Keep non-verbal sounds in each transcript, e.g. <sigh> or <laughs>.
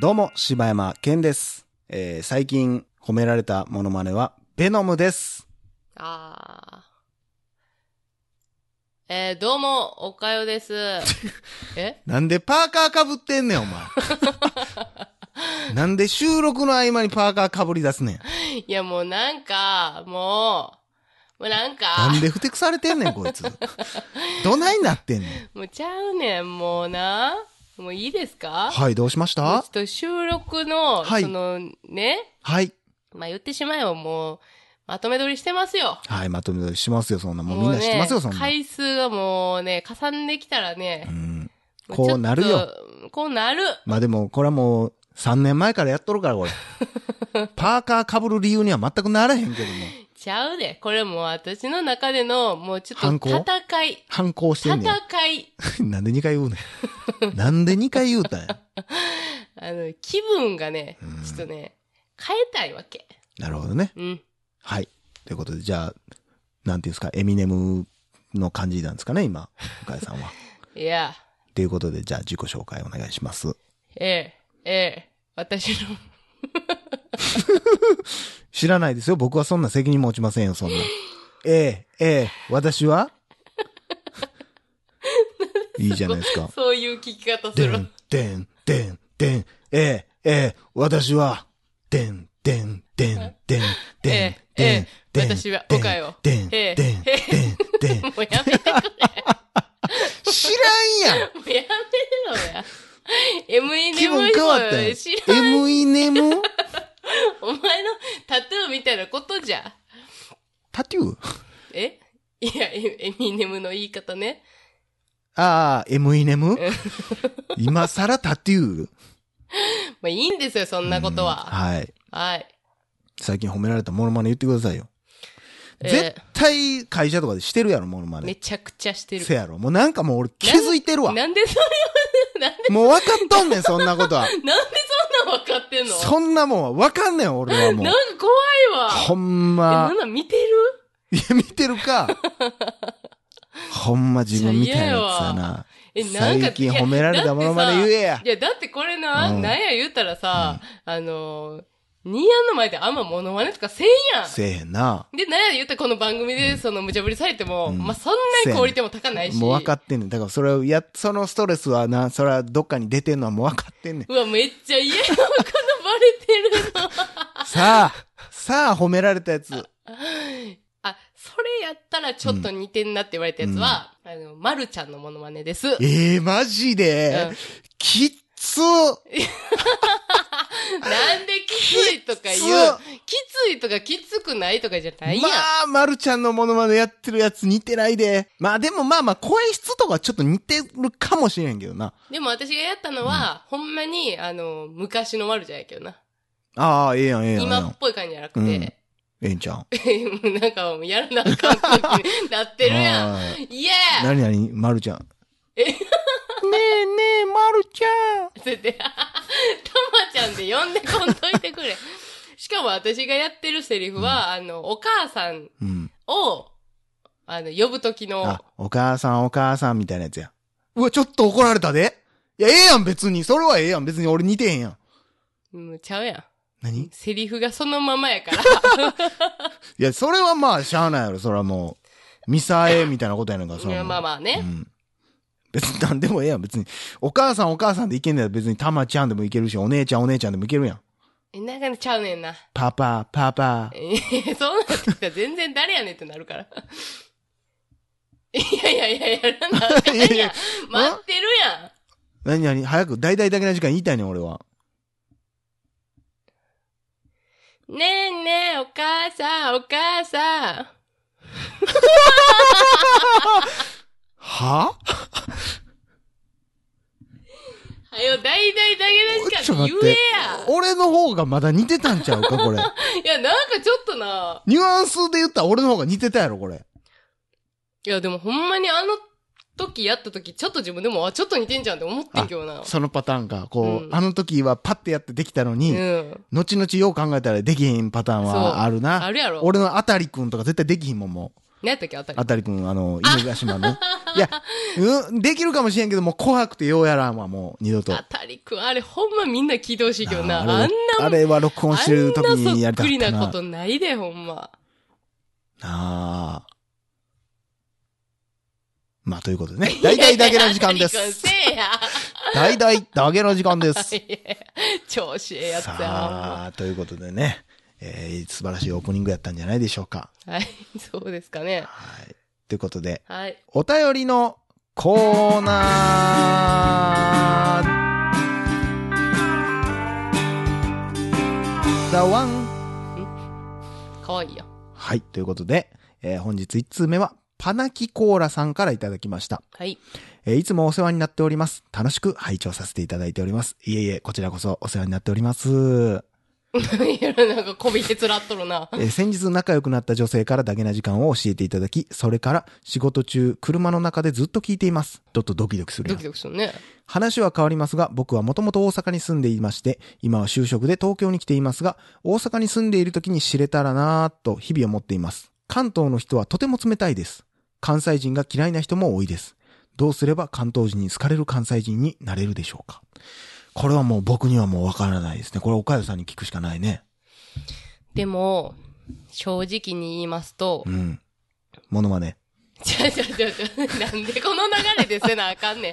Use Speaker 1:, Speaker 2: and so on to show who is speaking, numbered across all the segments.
Speaker 1: どうも、柴山健です。えー、最近褒められたモノマネは、ベノムです。
Speaker 2: あー。えー、どうも、おか
Speaker 1: <laughs>
Speaker 2: よです。え
Speaker 1: なんでパーカーかぶってんねん、お <laughs> 前。なんで収録の合間にパーカーかぶり出すねん。
Speaker 2: いや、もうなんか、もう、もうなんか
Speaker 1: な、んでふてくされてんねん、こいつ。どないなってん <laughs> ねん。
Speaker 2: もうちゃうねん、もうな。もういいですか
Speaker 1: はい、どうしまし
Speaker 2: もう
Speaker 1: た
Speaker 2: ちょっと収録の、
Speaker 1: はい
Speaker 2: その、ね、
Speaker 1: はい。
Speaker 2: まあ、言ってしまえばもう、まとめ撮りしてますよ。
Speaker 1: はい、まとめ取りしますよ、そんな。もうみんな知ってますよ、そ
Speaker 2: もうん
Speaker 1: な。
Speaker 2: ね回数がもうね、重んできたらね
Speaker 1: う、ん。
Speaker 2: もちょっと
Speaker 1: こうなるよ。
Speaker 2: こうなる。
Speaker 1: まあでも、これはもう、3年前からやっとるから、こ <laughs> れ。パーカーかぶる理由には全くならへんけども。
Speaker 2: ちゃうで。これもう私の中での、もうちょっと
Speaker 1: 反抗
Speaker 2: 戦い。
Speaker 1: 反抗してんね
Speaker 2: 戦い。
Speaker 1: ん。 <laughs> なんで2回言うねん。なんで2回言うたんや。
Speaker 2: あの、気分がね、ちょっとね、変えたいわけ。
Speaker 1: なるほどね。
Speaker 2: うん。
Speaker 1: はい。ということで、じゃあ、なんていうんですか、エミネムの感じなんですかね、今、向井さんは。
Speaker 2: いや、
Speaker 1: ということで、じゃあ自己紹介お願いします。
Speaker 2: ええ、ええ、私の、。
Speaker 1: 知らないですよ。僕はそんな責任持ちませんよ、そんな。ええ、ええ、私はいいじゃないですか
Speaker 2: そういう聞き方す
Speaker 1: で
Speaker 2: る。
Speaker 1: ん、でん、でん、でん、ええ、ええ、私は、でん、でん、でん、でん、
Speaker 2: え
Speaker 1: でん
Speaker 2: え、、え
Speaker 1: でん
Speaker 2: え、、私は、おかよ。
Speaker 1: でん、で
Speaker 2: ええ
Speaker 1: ん、でん、でん、でん。
Speaker 2: もうやめてくれ。も
Speaker 1: 知らんやん
Speaker 2: うやめろや。
Speaker 1: 気
Speaker 2: M
Speaker 1: 分
Speaker 2: n
Speaker 1: 変わった
Speaker 2: も
Speaker 1: よ
Speaker 2: 知ら。ん。
Speaker 1: エムイネム
Speaker 2: お前のタトゥーみたいなことじゃ。
Speaker 1: タトゥー
Speaker 2: えいや、エエミネムの言い方ね。
Speaker 1: ああ、エムイネム今更タトゥー
Speaker 2: まあいいんですよ、そんなことは。
Speaker 1: はい。
Speaker 2: はい。
Speaker 1: 最近褒められたモノマネ言ってくださいよ。
Speaker 2: えー
Speaker 1: 絶対会社とかでしてるやろ、モノマ
Speaker 2: め
Speaker 1: ネ。
Speaker 2: ちゃくちゃしてる。
Speaker 1: せやろ。もうなんかもう俺気づいてるわ。
Speaker 2: なんでそれを、なんで、
Speaker 1: もう分かっとんねん、そんなことは。
Speaker 2: なんでそんなん分かってんの
Speaker 1: そんなもんは分かんねん、俺はもう
Speaker 2: なん。か怖いわ。
Speaker 1: ほん
Speaker 2: え、
Speaker 1: ま
Speaker 2: なん。なん見てる
Speaker 1: いや、見てる
Speaker 2: <laughs>
Speaker 1: か。ほんま自分みたいなやつやな。
Speaker 2: え、なんか
Speaker 1: 最近褒められたものまで言えや
Speaker 2: いや、だってこれな、
Speaker 1: うん
Speaker 2: なんや言うたらさ、あのー、ニーヤンの前であんまモノマネとかせんやん。
Speaker 1: せえへんな。
Speaker 2: で、なんや言うたらこの番組でその無茶ぶりされて
Speaker 1: う
Speaker 2: も、
Speaker 1: ん
Speaker 2: まあ、そんなにクオリティも高ないし。
Speaker 1: もう分かってんねん。だからそれをや、そのストレスはな、それはどっかに出てんのはもう分かって
Speaker 2: <laughs>
Speaker 1: んねん。
Speaker 2: うわ、めっちゃ嫌やわ、このバレてるの。
Speaker 1: さあ、さあ褒められたやつ。
Speaker 2: あ、それやったらちょっと似てんなって言われたやつは、あの、まるちゃんのモノマネです。
Speaker 1: ええマジで、
Speaker 2: うん
Speaker 1: きっつ
Speaker 2: なんできついとか言うきついとかきつくないとかじゃないやん。
Speaker 1: まあ、まるちゃんのモノマネやってるやつ似てないで。まあでもまあまあ、声質とかちょっと似てるかもしれんけどな。
Speaker 2: でも私がやったのは、ほんまに、あの、昔のまるちゃんやけどな。
Speaker 1: ああ、ええやん、ええやん。ええや
Speaker 2: 今っ
Speaker 1: ん
Speaker 2: ぽい感じじゃなくて、
Speaker 1: ええんちゃん。
Speaker 2: なんか <laughs> もうやらなあかん時になってるや
Speaker 1: <laughs>
Speaker 2: ん。
Speaker 1: あー
Speaker 2: イエーイ
Speaker 1: なになにまるちゃん。
Speaker 2: え
Speaker 1: <laughs> ねえねえ、まるちゃん。
Speaker 2: つって、 <laughs> たまちゃんで呼んでこんといてくれ。しかも私がやってるセリフは、あの、お母さん
Speaker 1: うん。
Speaker 2: を、あの、呼ぶ時の
Speaker 1: あ、、お母さんお母さんみたいなやつや。うわ、ちょっと怒られたで。いや、ええやん、別に。それはええやん。別に俺似てへんやん。
Speaker 2: うん、ちゃうやん。
Speaker 1: 何
Speaker 2: セリフがそのまま
Speaker 1: <laughs>
Speaker 2: やから。
Speaker 1: いや、それはまあ、しゃあないやろ。それはもう、ミサエみたいなことやねんから、それはもう
Speaker 2: まあまあね。
Speaker 1: うん。別に何でもええやん。別に、お母さんお母さんでいけんねやったら別にたまちゃんでもいけるし、お姉ちゃんお姉ちゃんでもいけるやん。
Speaker 2: え、なんかねちゃうねんな。
Speaker 1: パパ、パパ。
Speaker 2: え、そうなってきたら全然誰やねんってなるから。いやいやいや、やらなあかんやん。
Speaker 1: いやいや
Speaker 2: 待ってるやん。
Speaker 1: 何々早く、大々だけな時間言いたいねん、俺は。
Speaker 2: ねえねえ、お母さん、お母さん。
Speaker 1: は
Speaker 2: はよ、大々だけなしかって言えや。
Speaker 1: 俺の方がまだ似てたんちゃうか、こ
Speaker 2: <laughs>
Speaker 1: れ。
Speaker 2: いや、なんかちょっとな。
Speaker 1: ニュアンスで言ったら俺の方が似てたやろ、これ。
Speaker 2: いや、でもほんまにあの時やった時、ちょっと自分でも、あ、ちょっと似てんじゃんって思ってんけどな。
Speaker 1: そのパターンか。こう、
Speaker 2: うん
Speaker 1: あの時はパッてやってできたの
Speaker 2: う
Speaker 1: に、
Speaker 2: ん。
Speaker 1: 後々よう考えたらできへんパターン
Speaker 2: そう
Speaker 1: はあるな。
Speaker 2: あるやろ。
Speaker 1: 俺のあたりくんとか絶対できひんもん、もう。
Speaker 2: 何やったっけあたり
Speaker 1: あ。たりくん、あの、犬ヶ島
Speaker 2: <laughs>
Speaker 1: の。いや、うん、できるかもしれんけど、もう怖くてようやらんわ、もう二度と。
Speaker 2: あたりくん、あれほんまみんな聞いてほしいけどな。
Speaker 1: あ
Speaker 2: あん
Speaker 1: れ
Speaker 2: な、
Speaker 1: あれは録音してる時
Speaker 2: あん
Speaker 1: にや
Speaker 2: なそっ
Speaker 1: りたかっ
Speaker 2: くり
Speaker 1: た
Speaker 2: なこ
Speaker 1: な。
Speaker 2: とないで、ほんま。
Speaker 1: ああ。まあ、ということでね。大々だけの時間で
Speaker 2: <laughs> あたりくん
Speaker 1: す
Speaker 2: せ。えや。
Speaker 1: 大々だけの時間
Speaker 2: <laughs>
Speaker 1: です。
Speaker 2: いや調子ええやつや、ほんま。
Speaker 1: さあ、ということでね。えー素晴らしいオープニングやったんじゃないでしょうか。
Speaker 2: はい、そうですかね。
Speaker 1: はい。ということで、
Speaker 2: はい。
Speaker 1: お便りのコーナー The one!
Speaker 2: かわいいやん。
Speaker 1: はい、ということで、えー本日1通目は、パナキコーラさんからいただきました。
Speaker 2: はい。
Speaker 1: えーいつもお世話になっております。楽しく拝聴させていただいております。いえいえ、こちらこそお世話になっております。
Speaker 2: いや、なんかこびてつらっとるな。
Speaker 1: えー先日仲良くなった女性からだけな時間を教えていただき、それから仕事中、車の中でずっと聞いています。ちょっとドキドキする
Speaker 2: ド
Speaker 1: や
Speaker 2: キ
Speaker 1: つ。
Speaker 2: ドキするね。
Speaker 1: 話は変わりますが、僕はもともと大阪に住んでいまして、今は就職で東京に来ていますが、大阪に住んでいる時に知れたらなぁと日々思っています。関東の人はとても冷たいです。関西人が嫌いな人も多いです。どうすれば関東人に好かれる関西人になれるでしょうかこれはもう僕にはもうわからないですね。これ岡谷さんに聞くしかないね。
Speaker 2: でも、正直に言いますと
Speaker 1: う、ん。モノマネ。
Speaker 2: ちゃうちゃうちゃうちゃう。なんでこの流れでせなあかんねん。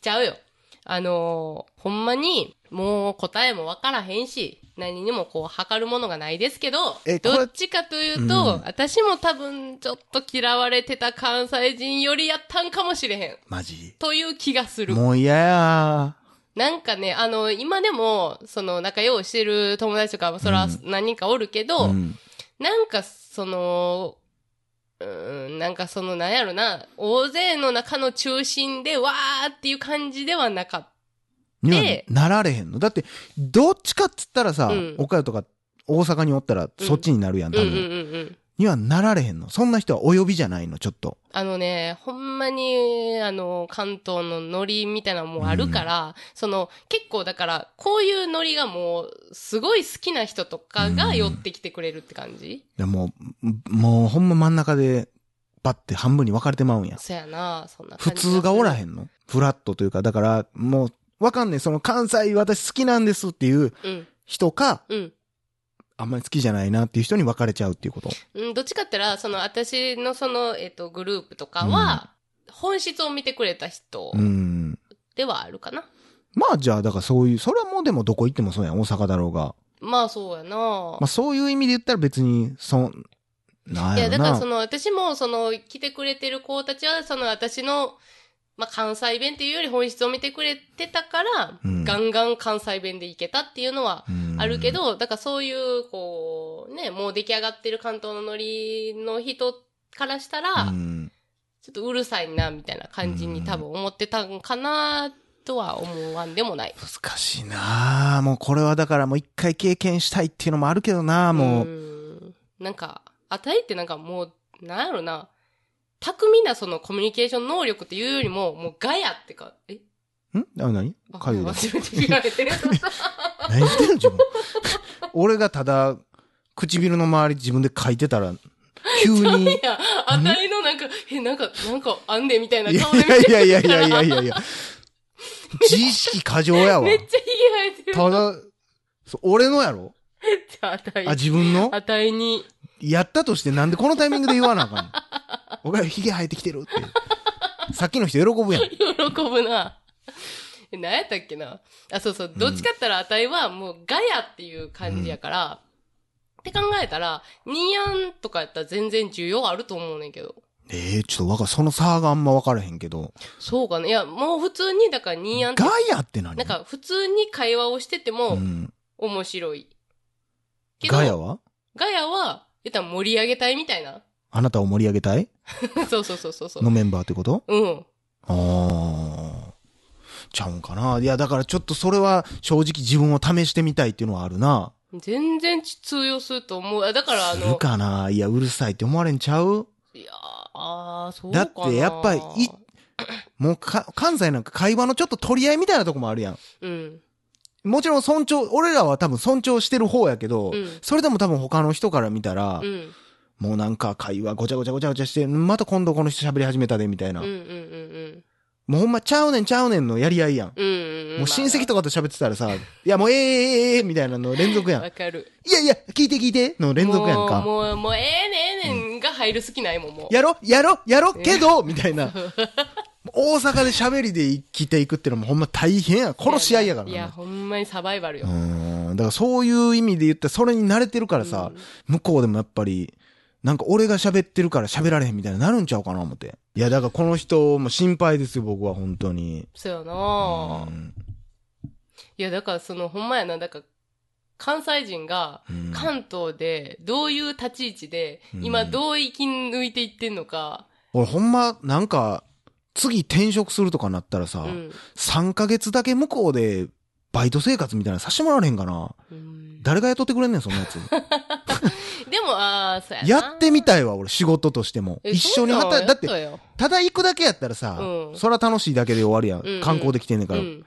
Speaker 2: ちゃうよ。あのーほんまに、もう答えもわからへんし、何にもこう、測るものがないですけど
Speaker 1: え、これ
Speaker 2: どっちかというと、
Speaker 1: うん
Speaker 2: 私も多分ちょっと嫌われてた関西人よりやったんかもしれへん。
Speaker 1: マジ
Speaker 2: という気がする。
Speaker 1: もう嫌や
Speaker 2: なんかね、あの、今でも、その、仲良うしてる友達とか、それは
Speaker 1: うん
Speaker 2: 何人かおるけど、
Speaker 1: ー。ん。
Speaker 2: なんか、その、うーん、なんかその、なんやろな、大勢の中の中心で、わーっていう感じではなかっ
Speaker 1: には
Speaker 2: で
Speaker 1: なられへんのだって、どっちかっつったらさ、
Speaker 2: うん
Speaker 1: 岡谷とか大阪におったらそっちになるやん、
Speaker 2: た。
Speaker 1: 多
Speaker 2: うん
Speaker 1: 分。
Speaker 2: うんうんうん。
Speaker 1: にはなられへんの。そんな人はお呼びじゃないの、ちょっと。
Speaker 2: あのね、ほんまに、あの、関東のノリみたいなのもあるから、その、結構だから、こういうノリがもう、すごい好きな人とかが寄ってきてくれるって感じ、
Speaker 1: でもう、もうほんま真ん中で、バッて半分に分かれてまうんや。
Speaker 2: そやな、そんな
Speaker 1: 普
Speaker 2: 感じ。
Speaker 1: 通がおら
Speaker 2: ん。
Speaker 1: へんのフラットというか、だから、もう、わかんねえ。その関西私好きなんですっていう
Speaker 2: うん、
Speaker 1: 人か、
Speaker 2: うん。
Speaker 1: あんまり好きじゃないなっていう人に分かれちゃうっていうこと。
Speaker 2: うん、どっちかって言ったら、その、私のその、えっ、と、グループとかは、本質を見てくれた人
Speaker 1: うん。
Speaker 2: ではあるかな。
Speaker 1: まあじゃあ、だからそういう、それはもうでもどこ行ってもそうやん。大阪だろうが。
Speaker 2: まあ、そうやな、
Speaker 1: まあそういう意味で言ったら別に、そん、ないい
Speaker 2: や、
Speaker 1: やろ
Speaker 2: だから
Speaker 1: な
Speaker 2: そ。の、私も、その、来てくれてる子たちは、その、私の、まあ、関西弁っていうより本質を見てくれてたから、
Speaker 1: うん
Speaker 2: ガンガン関西弁でいけたっていうのは、
Speaker 1: うん
Speaker 2: あるけ、ど、だからそういう、こう、ね、もう出来上がってる関東のノリの人からしたら、
Speaker 1: うん
Speaker 2: ちょっとうるさいな、みたいな感じに多分思ってたんかな、とは思わんでもない。
Speaker 1: 難しいなあもうこれはだからもう一回経験したいっていうのもあるけどなあもう、
Speaker 2: う。なんか、あたいってなんかもう、なんやろな、巧みなそのコミュニケーション能力っていうよりも、もうガヤってか、え
Speaker 1: んあ、何
Speaker 2: あ
Speaker 1: かゆいだ。
Speaker 2: 忘れて言われ
Speaker 1: <laughs>
Speaker 2: てる。
Speaker 1: 何してんの自分。 <laughs> 俺がただ、唇の周り自分で書いてたら、急に。
Speaker 2: いや、あたいのなんか、え、なんか、なんかあんでみたいない顔で見
Speaker 1: やい
Speaker 2: て
Speaker 1: やいや
Speaker 2: る
Speaker 1: い
Speaker 2: から
Speaker 1: やいやい
Speaker 2: <laughs>
Speaker 1: やいや。自意識過剰やわ
Speaker 2: め。っちゃ髭生えてる。
Speaker 1: ただ、そう俺のやろ
Speaker 2: あたい
Speaker 1: あ、。自分の
Speaker 2: あたいに。
Speaker 1: やったとしてなんでこのタイミングで言わなあ
Speaker 2: <laughs>
Speaker 1: かんの俺はヒゲ生えてきてるって。さっきの人喜ぶやん。
Speaker 2: 喜ぶな。え何やったっけなあ、そうそう。どっちかって言ったら、あたいはもうガヤっていう感じやから、って考えたら、ニヤンとかやったら全然需要あると思うねんけど。
Speaker 1: ええちょっとわかその差があんまわからへんけど。
Speaker 2: そうかな。いや、もう普通に、だからニヤンって
Speaker 1: ガ、ヤって何
Speaker 2: なんか普通に会話をしてても
Speaker 1: うん、
Speaker 2: 面白い。けど
Speaker 1: ガヤは
Speaker 2: ガヤは、言ったら盛り上げたいみたいな。 <laughs>
Speaker 1: あなたを盛り上げたい
Speaker 2: そうそうそうそうそう
Speaker 1: の。メンバーってこと
Speaker 2: うん。
Speaker 1: ああ。ちゃうんかないや、だからちょっとそれは正直自分を試してみたいっていうのはあるな。
Speaker 2: 全然通用すると思う。あだからあ
Speaker 1: する
Speaker 2: の、
Speaker 1: かないや、うるさいって思われんちゃう
Speaker 2: いやーあー、そうか
Speaker 1: だ
Speaker 2: な。
Speaker 1: ってやっぱりいもうか、関西なんか会話のちょっと取り合いみたいなとこもあるやん。
Speaker 2: うん。
Speaker 1: もちろん尊重、俺らは多分尊重してる方やけど、
Speaker 2: うん
Speaker 1: それでも多分他の人から見たら、
Speaker 2: うん。
Speaker 1: もうなんか会話ごちゃごちゃごちゃごちゃして、また今度この人喋り始めたで、みたいな。
Speaker 2: うんうんうん
Speaker 1: もうほんまちゃうねんちゃうねんのやり合いやん。
Speaker 2: うん。うんうんん。
Speaker 1: もう親戚と
Speaker 2: と
Speaker 1: かと喋ってたらさ、いやもうええええええみたいなの連続やん。
Speaker 2: わかる。
Speaker 1: いやいや、聞いて聞いての連続やんか。
Speaker 2: もう、もう、もうええねんええねんが入る好きないもん、もう。
Speaker 1: やろやろやろけどみたいな。大阪で喋りで生きていくってのもほんま大変やん。殺し合いやから
Speaker 2: いや、
Speaker 1: な。
Speaker 2: ほんまにサバイバル
Speaker 1: う
Speaker 2: よ。
Speaker 1: ん。だからそういう意味で言ったら、それに慣れてるからさ、向こうでもやっぱり、なんか俺が喋ってるから喋られへんみたいになるんちゃうかな思って。いや、だからこの人も心配ですよ、僕は本当に。
Speaker 2: そうやな
Speaker 1: う
Speaker 2: ぁ
Speaker 1: ん
Speaker 2: いや、だからその、ほんまやな、だから、関西人が、
Speaker 1: うん
Speaker 2: 関東で、どういう立ち位置で、
Speaker 1: うん
Speaker 2: 今どう生き抜いていってんのか、
Speaker 1: 俺ほんま、なんか、次転職するとかなったらさ、
Speaker 2: うん。
Speaker 1: 3ヶ月だけ向こうで、バイト生活みたいなのさしてもらわれへんかな。
Speaker 2: うん
Speaker 1: 誰が雇ってくれんねん、そんなや
Speaker 2: <laughs>
Speaker 1: つ。
Speaker 2: でも、ああ、そうやな。
Speaker 1: やってみたいわ、俺、仕事としても。
Speaker 2: え
Speaker 1: 一緒に
Speaker 2: そんなん
Speaker 1: 働いだっ
Speaker 2: や
Speaker 1: て、
Speaker 2: たよ
Speaker 1: ただ行くだけやったらさ、
Speaker 2: うん
Speaker 1: そら楽しいだけで終わるや。
Speaker 2: うんうんん
Speaker 1: 観光できてんねんから。
Speaker 2: うん。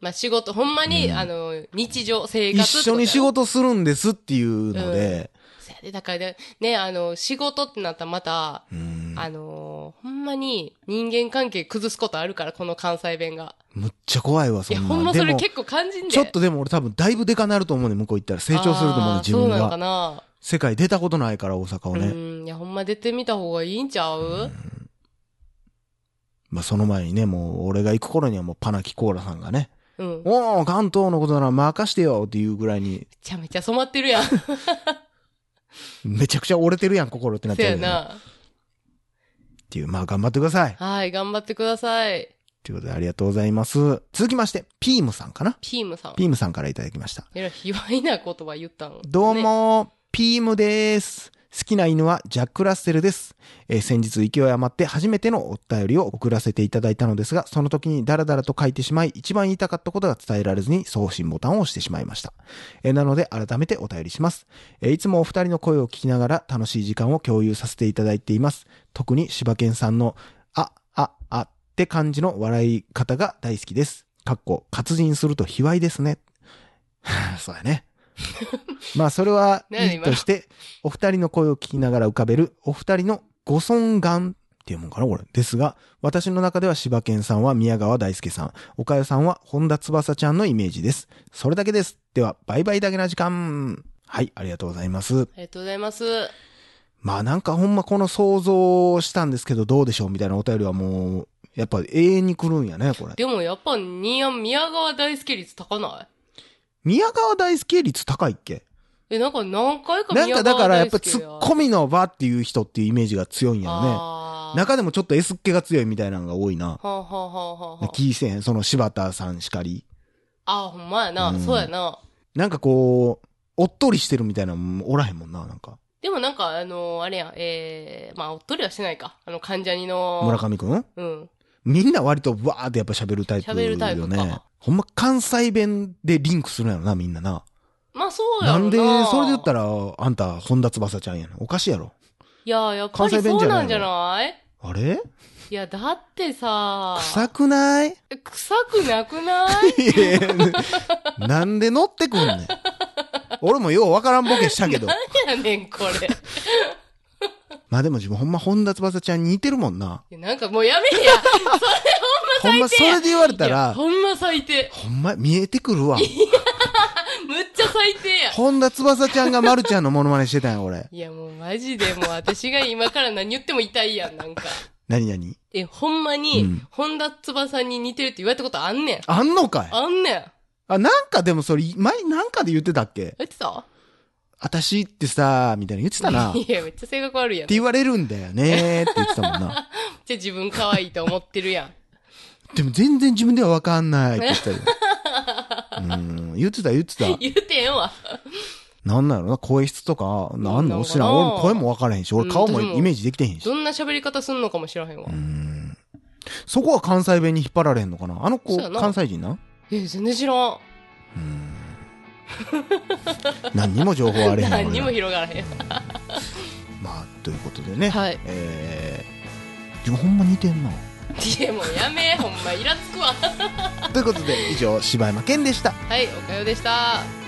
Speaker 2: まあ仕事、ほんまに、
Speaker 1: うん
Speaker 2: あの、日常、生活
Speaker 1: 一
Speaker 2: ってこと
Speaker 1: 緒
Speaker 2: やろ
Speaker 1: に仕。事するんですっていうので、
Speaker 2: そうやで、だからね、ね、あの、仕事ってなったらまた、
Speaker 1: うん
Speaker 2: あのーほんまに人間関係崩すことあるから、この関西弁が。
Speaker 1: むっちゃ怖いわ、
Speaker 2: い
Speaker 1: そ
Speaker 2: や、
Speaker 1: ん
Speaker 2: ほ
Speaker 1: な
Speaker 2: ん
Speaker 1: ん。
Speaker 2: ま
Speaker 1: で
Speaker 2: それ
Speaker 1: も、
Speaker 2: 結構感じんで。
Speaker 1: ちょっとでも俺多分だいぶデカなると思うねん向こう行ったら成長すると思うねん
Speaker 2: あー
Speaker 1: 自分
Speaker 2: そうなのか
Speaker 1: が。
Speaker 2: な。
Speaker 1: 世界出たことないから、大阪をね。
Speaker 2: うん。いや、ほんま出てみた方がいいんちゃう
Speaker 1: まあ、その前にね、もう、俺が行く頃にはもう、パナキコーラさんがね、
Speaker 2: うん。め
Speaker 1: おー、関東のことなら任してよっていうぐらいに、
Speaker 2: ちゃめちゃ染まってるや
Speaker 1: <laughs>
Speaker 2: ん。そ
Speaker 1: めちゃくちゃ折れてるやん、心ってなっ
Speaker 2: う
Speaker 1: て
Speaker 2: や
Speaker 1: るっ
Speaker 2: な。
Speaker 1: ていう、まあ、頑張ってください。
Speaker 2: はい、頑張ってください。
Speaker 1: ということで、ありがとうございます。続きまして、ピームさんかな
Speaker 2: ピームさん。
Speaker 1: ピームさんからいただきました。
Speaker 2: えらい、卑猥な言葉言ったの。
Speaker 1: どう
Speaker 2: ね。
Speaker 1: も、ピームです。好きな犬はジャック・ラッセルです。えー先日勢い余って初めてのお便りを送らせていただいたのですが、その時にダラダラと書いてしまい、一番言いたかったことが伝えられずに送信ボタンを押してしまいました。えーなので改めてお便りします。えーいつもお二人の声を聞きながら楽しい時間を共有させていただいています。特に柴犬さんの、あ、あ、あって感じの笑い方が大好きです。かっこ、活人すると卑猥ですね。 <laughs> はぁそうやね。 <laughs> まあそれは
Speaker 2: 何
Speaker 1: いい
Speaker 2: 今の
Speaker 1: として、お二人の声を聞きながら浮かべる、お二人のご尊願っていうもんかな、これ。ですが、私の中では柴犬さんは宮川大輔さん、岡代さんは本田翼ちゃんのイメージです。それだけです。では、バイバイだけな時間。はい、ありがとうございます。
Speaker 2: ありがとうございます。
Speaker 1: まあなんかほんまこの想像したんですけどどうでしょうみたいなお便りはもう、やっぱ永遠に来るんやね、これ。
Speaker 2: でもやっぱ、に宮川大輔率高ない
Speaker 1: 宮川大輔率高いっけ
Speaker 2: え、なんか何回か
Speaker 1: なん
Speaker 2: 宮
Speaker 1: か
Speaker 2: 川
Speaker 1: だからやっぱ
Speaker 2: 大輔
Speaker 1: ツッコミの場っていう人っていうイメージが強いんやろね。
Speaker 2: あー
Speaker 1: 中でもちょっと S っ気が強いみたいなのが多いな。
Speaker 2: はあ、はあはあはあは
Speaker 1: キーセン、その柴田さんしかり。
Speaker 2: あ、あー、ほんまやな、
Speaker 1: うん
Speaker 2: そうやな。
Speaker 1: なんかこう、おっとりしてるみたいなのもおらへんもんな、なんか。
Speaker 2: でもなんか、あのーあれやん、えー、まあ、おっとりはしてないか。あの、関ジャニの。
Speaker 1: 村上くん
Speaker 2: うん。
Speaker 1: みんな割とわーってやっぱ喋るタイプよね。
Speaker 2: 喋るタイプか
Speaker 1: ほんま関西弁でリンクするんやろな、みんなな。
Speaker 2: まあ、そうや
Speaker 1: な
Speaker 2: ろ
Speaker 1: んで、それで言った
Speaker 2: ら。
Speaker 1: ら、あんた、本田翼ちゃんやな。おかしいやろ。
Speaker 2: いや、やっぱ
Speaker 1: 関西
Speaker 2: り
Speaker 1: 弁
Speaker 2: そ
Speaker 1: じ
Speaker 2: う
Speaker 1: ゃないの
Speaker 2: なんじゃない
Speaker 1: あれ
Speaker 2: いや、だってさ、
Speaker 1: 臭くない
Speaker 2: <laughs> え臭くなくない
Speaker 1: いやなんで乗ってくんねん。俺もようわからんボケしたけど。
Speaker 2: <laughs> なんやねん、こ
Speaker 1: <laughs>
Speaker 2: れ。
Speaker 1: まあでも自分ほんま本田翼ちゃん似てるもんな。
Speaker 2: いやなんかもうやめえや。
Speaker 1: ほんまそれで言われた
Speaker 2: いや
Speaker 1: ら、
Speaker 2: ほんま最低。
Speaker 1: ほんま見えてくるわ。
Speaker 2: むっちゃ最低や。
Speaker 1: 本田翼ちゃんが丸ちゃんのモノマネしてたんや、俺。
Speaker 2: いや、もうマジでもう私が今から何言っても痛いやん、なんか。
Speaker 1: 何々
Speaker 2: え、ほんまに、
Speaker 1: うん
Speaker 2: 本田翼に似てるって言われたことあんねん。
Speaker 1: あんのかい
Speaker 2: あんねん。
Speaker 1: あ、なんかでもそれ、前なんかで言ってたっけ
Speaker 2: 言ってた
Speaker 1: 私ってさ、みたいな言ってたな。っ
Speaker 2: <laughs> いや、めっちゃ性格悪いやん。
Speaker 1: て
Speaker 2: じゃ
Speaker 1: 言われるんだよねって言ってたもんな。
Speaker 2: あ自分可愛いと思って
Speaker 1: <laughs>
Speaker 2: るやん。
Speaker 1: でも全然自分では分かんないって言ってたよ。うん、言ってた言って
Speaker 2: <laughs>
Speaker 1: た。
Speaker 2: 言うてへんわ。
Speaker 1: なんなんやろな、声質とか、なん
Speaker 2: なんな
Speaker 1: の
Speaker 2: のかな
Speaker 1: 知らん。俺も声も分からへんし、俺顔も
Speaker 2: うん私も
Speaker 1: イメージできてへんし。
Speaker 2: どんな喋り方すんのかも知らへんわ。
Speaker 1: うん。そこは関西弁に引っ張られへんのかなあの子
Speaker 2: そうや、な
Speaker 1: 関西人な
Speaker 2: え、全然知らん。
Speaker 1: うん何にも情報あれへん俺ら
Speaker 2: 何にも広がらへん。
Speaker 1: まあ、ということでね。
Speaker 2: はい。 <laughs>
Speaker 1: えー、でもほんま似てんな。
Speaker 2: いや、もうやめえ、ほんま、イラつくわ。
Speaker 1: ということで、以上、柴山健でした。
Speaker 2: はい、おかよでした。